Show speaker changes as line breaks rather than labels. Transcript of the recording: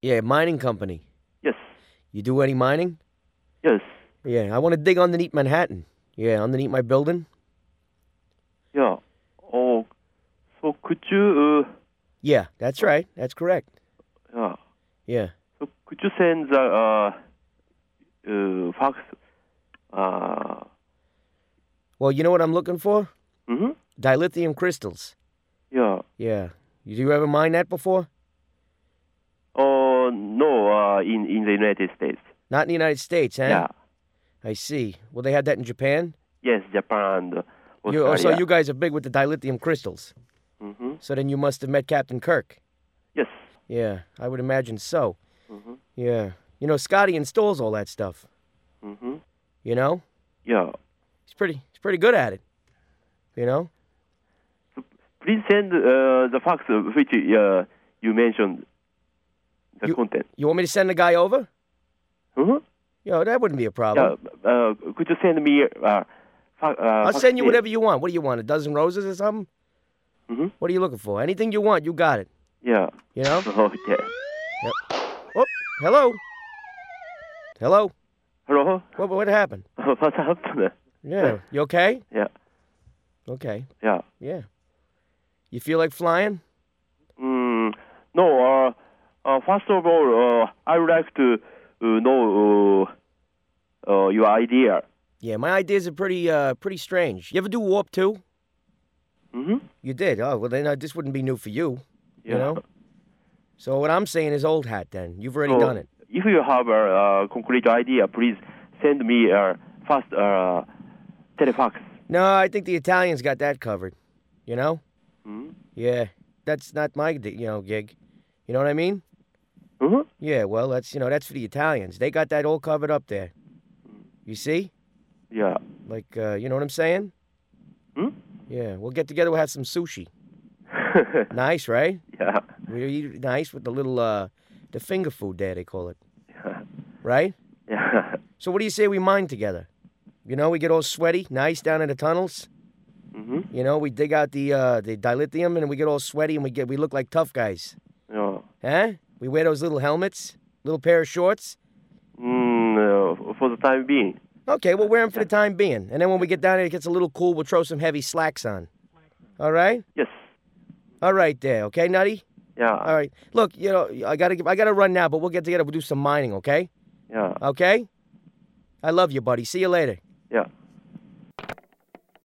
Yeah, mining company.
Yes.
You do any mining?
Yes.
Yeah, I want to dig underneath Manhattan. Yeah, underneath my building.
Yeah. Oh, so could you,
Yeah, that's right. That's correct.
uh, yeah.
Yeah.
So could you send the uh, uh, fax? Uh,
Well, you know what I'm looking for?
mm-hmm.
Dilithium crystals.
Yeah.
Yeah. You, do you ever mine that before?
Oh no. Uh, in in the United States.
Not in the United States, huh?
Yeah.
I see. Well, they had that in Japan.
Yes, Japan and
You, oh,
Australia.
so you guys are big with the dilithium crystals.
Mm-hmm.
So then you must have met Captain Kirk.
Yes.
Yeah, I would imagine so.
Mhm.
Yeah. You know, Scotty installs all that stuff.
Mm-hmm.
You know,
Yeah.
he's pretty. He's pretty good at it. You know.
Please send uh, the fax which uh, you mentioned. The
You-
content.
You want me to send the guy over?
Mm-hmm.
Yo, that wouldn't be a problem.
Yeah, uh, could you send me? Uh, fa- uh,
I'll
fax
send you
mail?
whatever you want. What do you want? A dozen roses or something?
Mhm.
What are you looking for? Anything you want, you got it.
Yeah.
You know.
Okay.
Oh, hello. Hello.
Hello.
What? What happened?
What's happened?
Yeah. You okay?
Yeah.
Okay.
Yeah.
Yeah. You feel like flying?
Mm, no, uh, uh, first of all, uh, I would like to uh, know uh, uh, your idea.
Yeah, my ideas are pretty, uh, pretty strange. You ever do warp two?
hmm
You did. Oh well, then uh, this wouldn't be new for you.
Yeah.
You know. So what I'm saying is old hat. Then you've already
So,
done it.
If you have a uh, concrete idea, please send me a fast uh, telefax.
No, I think the Italians got that covered. You know.
hmm
Yeah, that's not my, di- you know, gig. You know what I mean?
hmm
Yeah. Well, that's you know that's for the Italians. They got that all covered up there. You see?
Yeah.
Like, uh, you know what I'm saying?
Hmm?
Yeah. We'll get together. We'll have some sushi. Nice, right?
yeah.
We eat it nice with the little uh the finger food there they call it. Right?
Yeah.
So what do you say we mine together? You know, we get all sweaty, nice down in the tunnels.
hmm
You know, we dig out the uh the dilithium and we get all sweaty and we get we look like tough guys.
Yeah.
Huh? We wear those little helmets, little pair of shorts.
Mm, uh, for the time being.
Okay, we'll wear them for the time being. And then when we get down there, it gets a little cool, we'll throw some heavy slacks on. All right?
Yes.
All right there, okay, Nutty?
Yeah.
All right. Look, you know, I gotta I gotta run now, but we'll get together, we'll do some mining, okay?
Yeah.
Okay? I love you, buddy. See you later.
Yeah.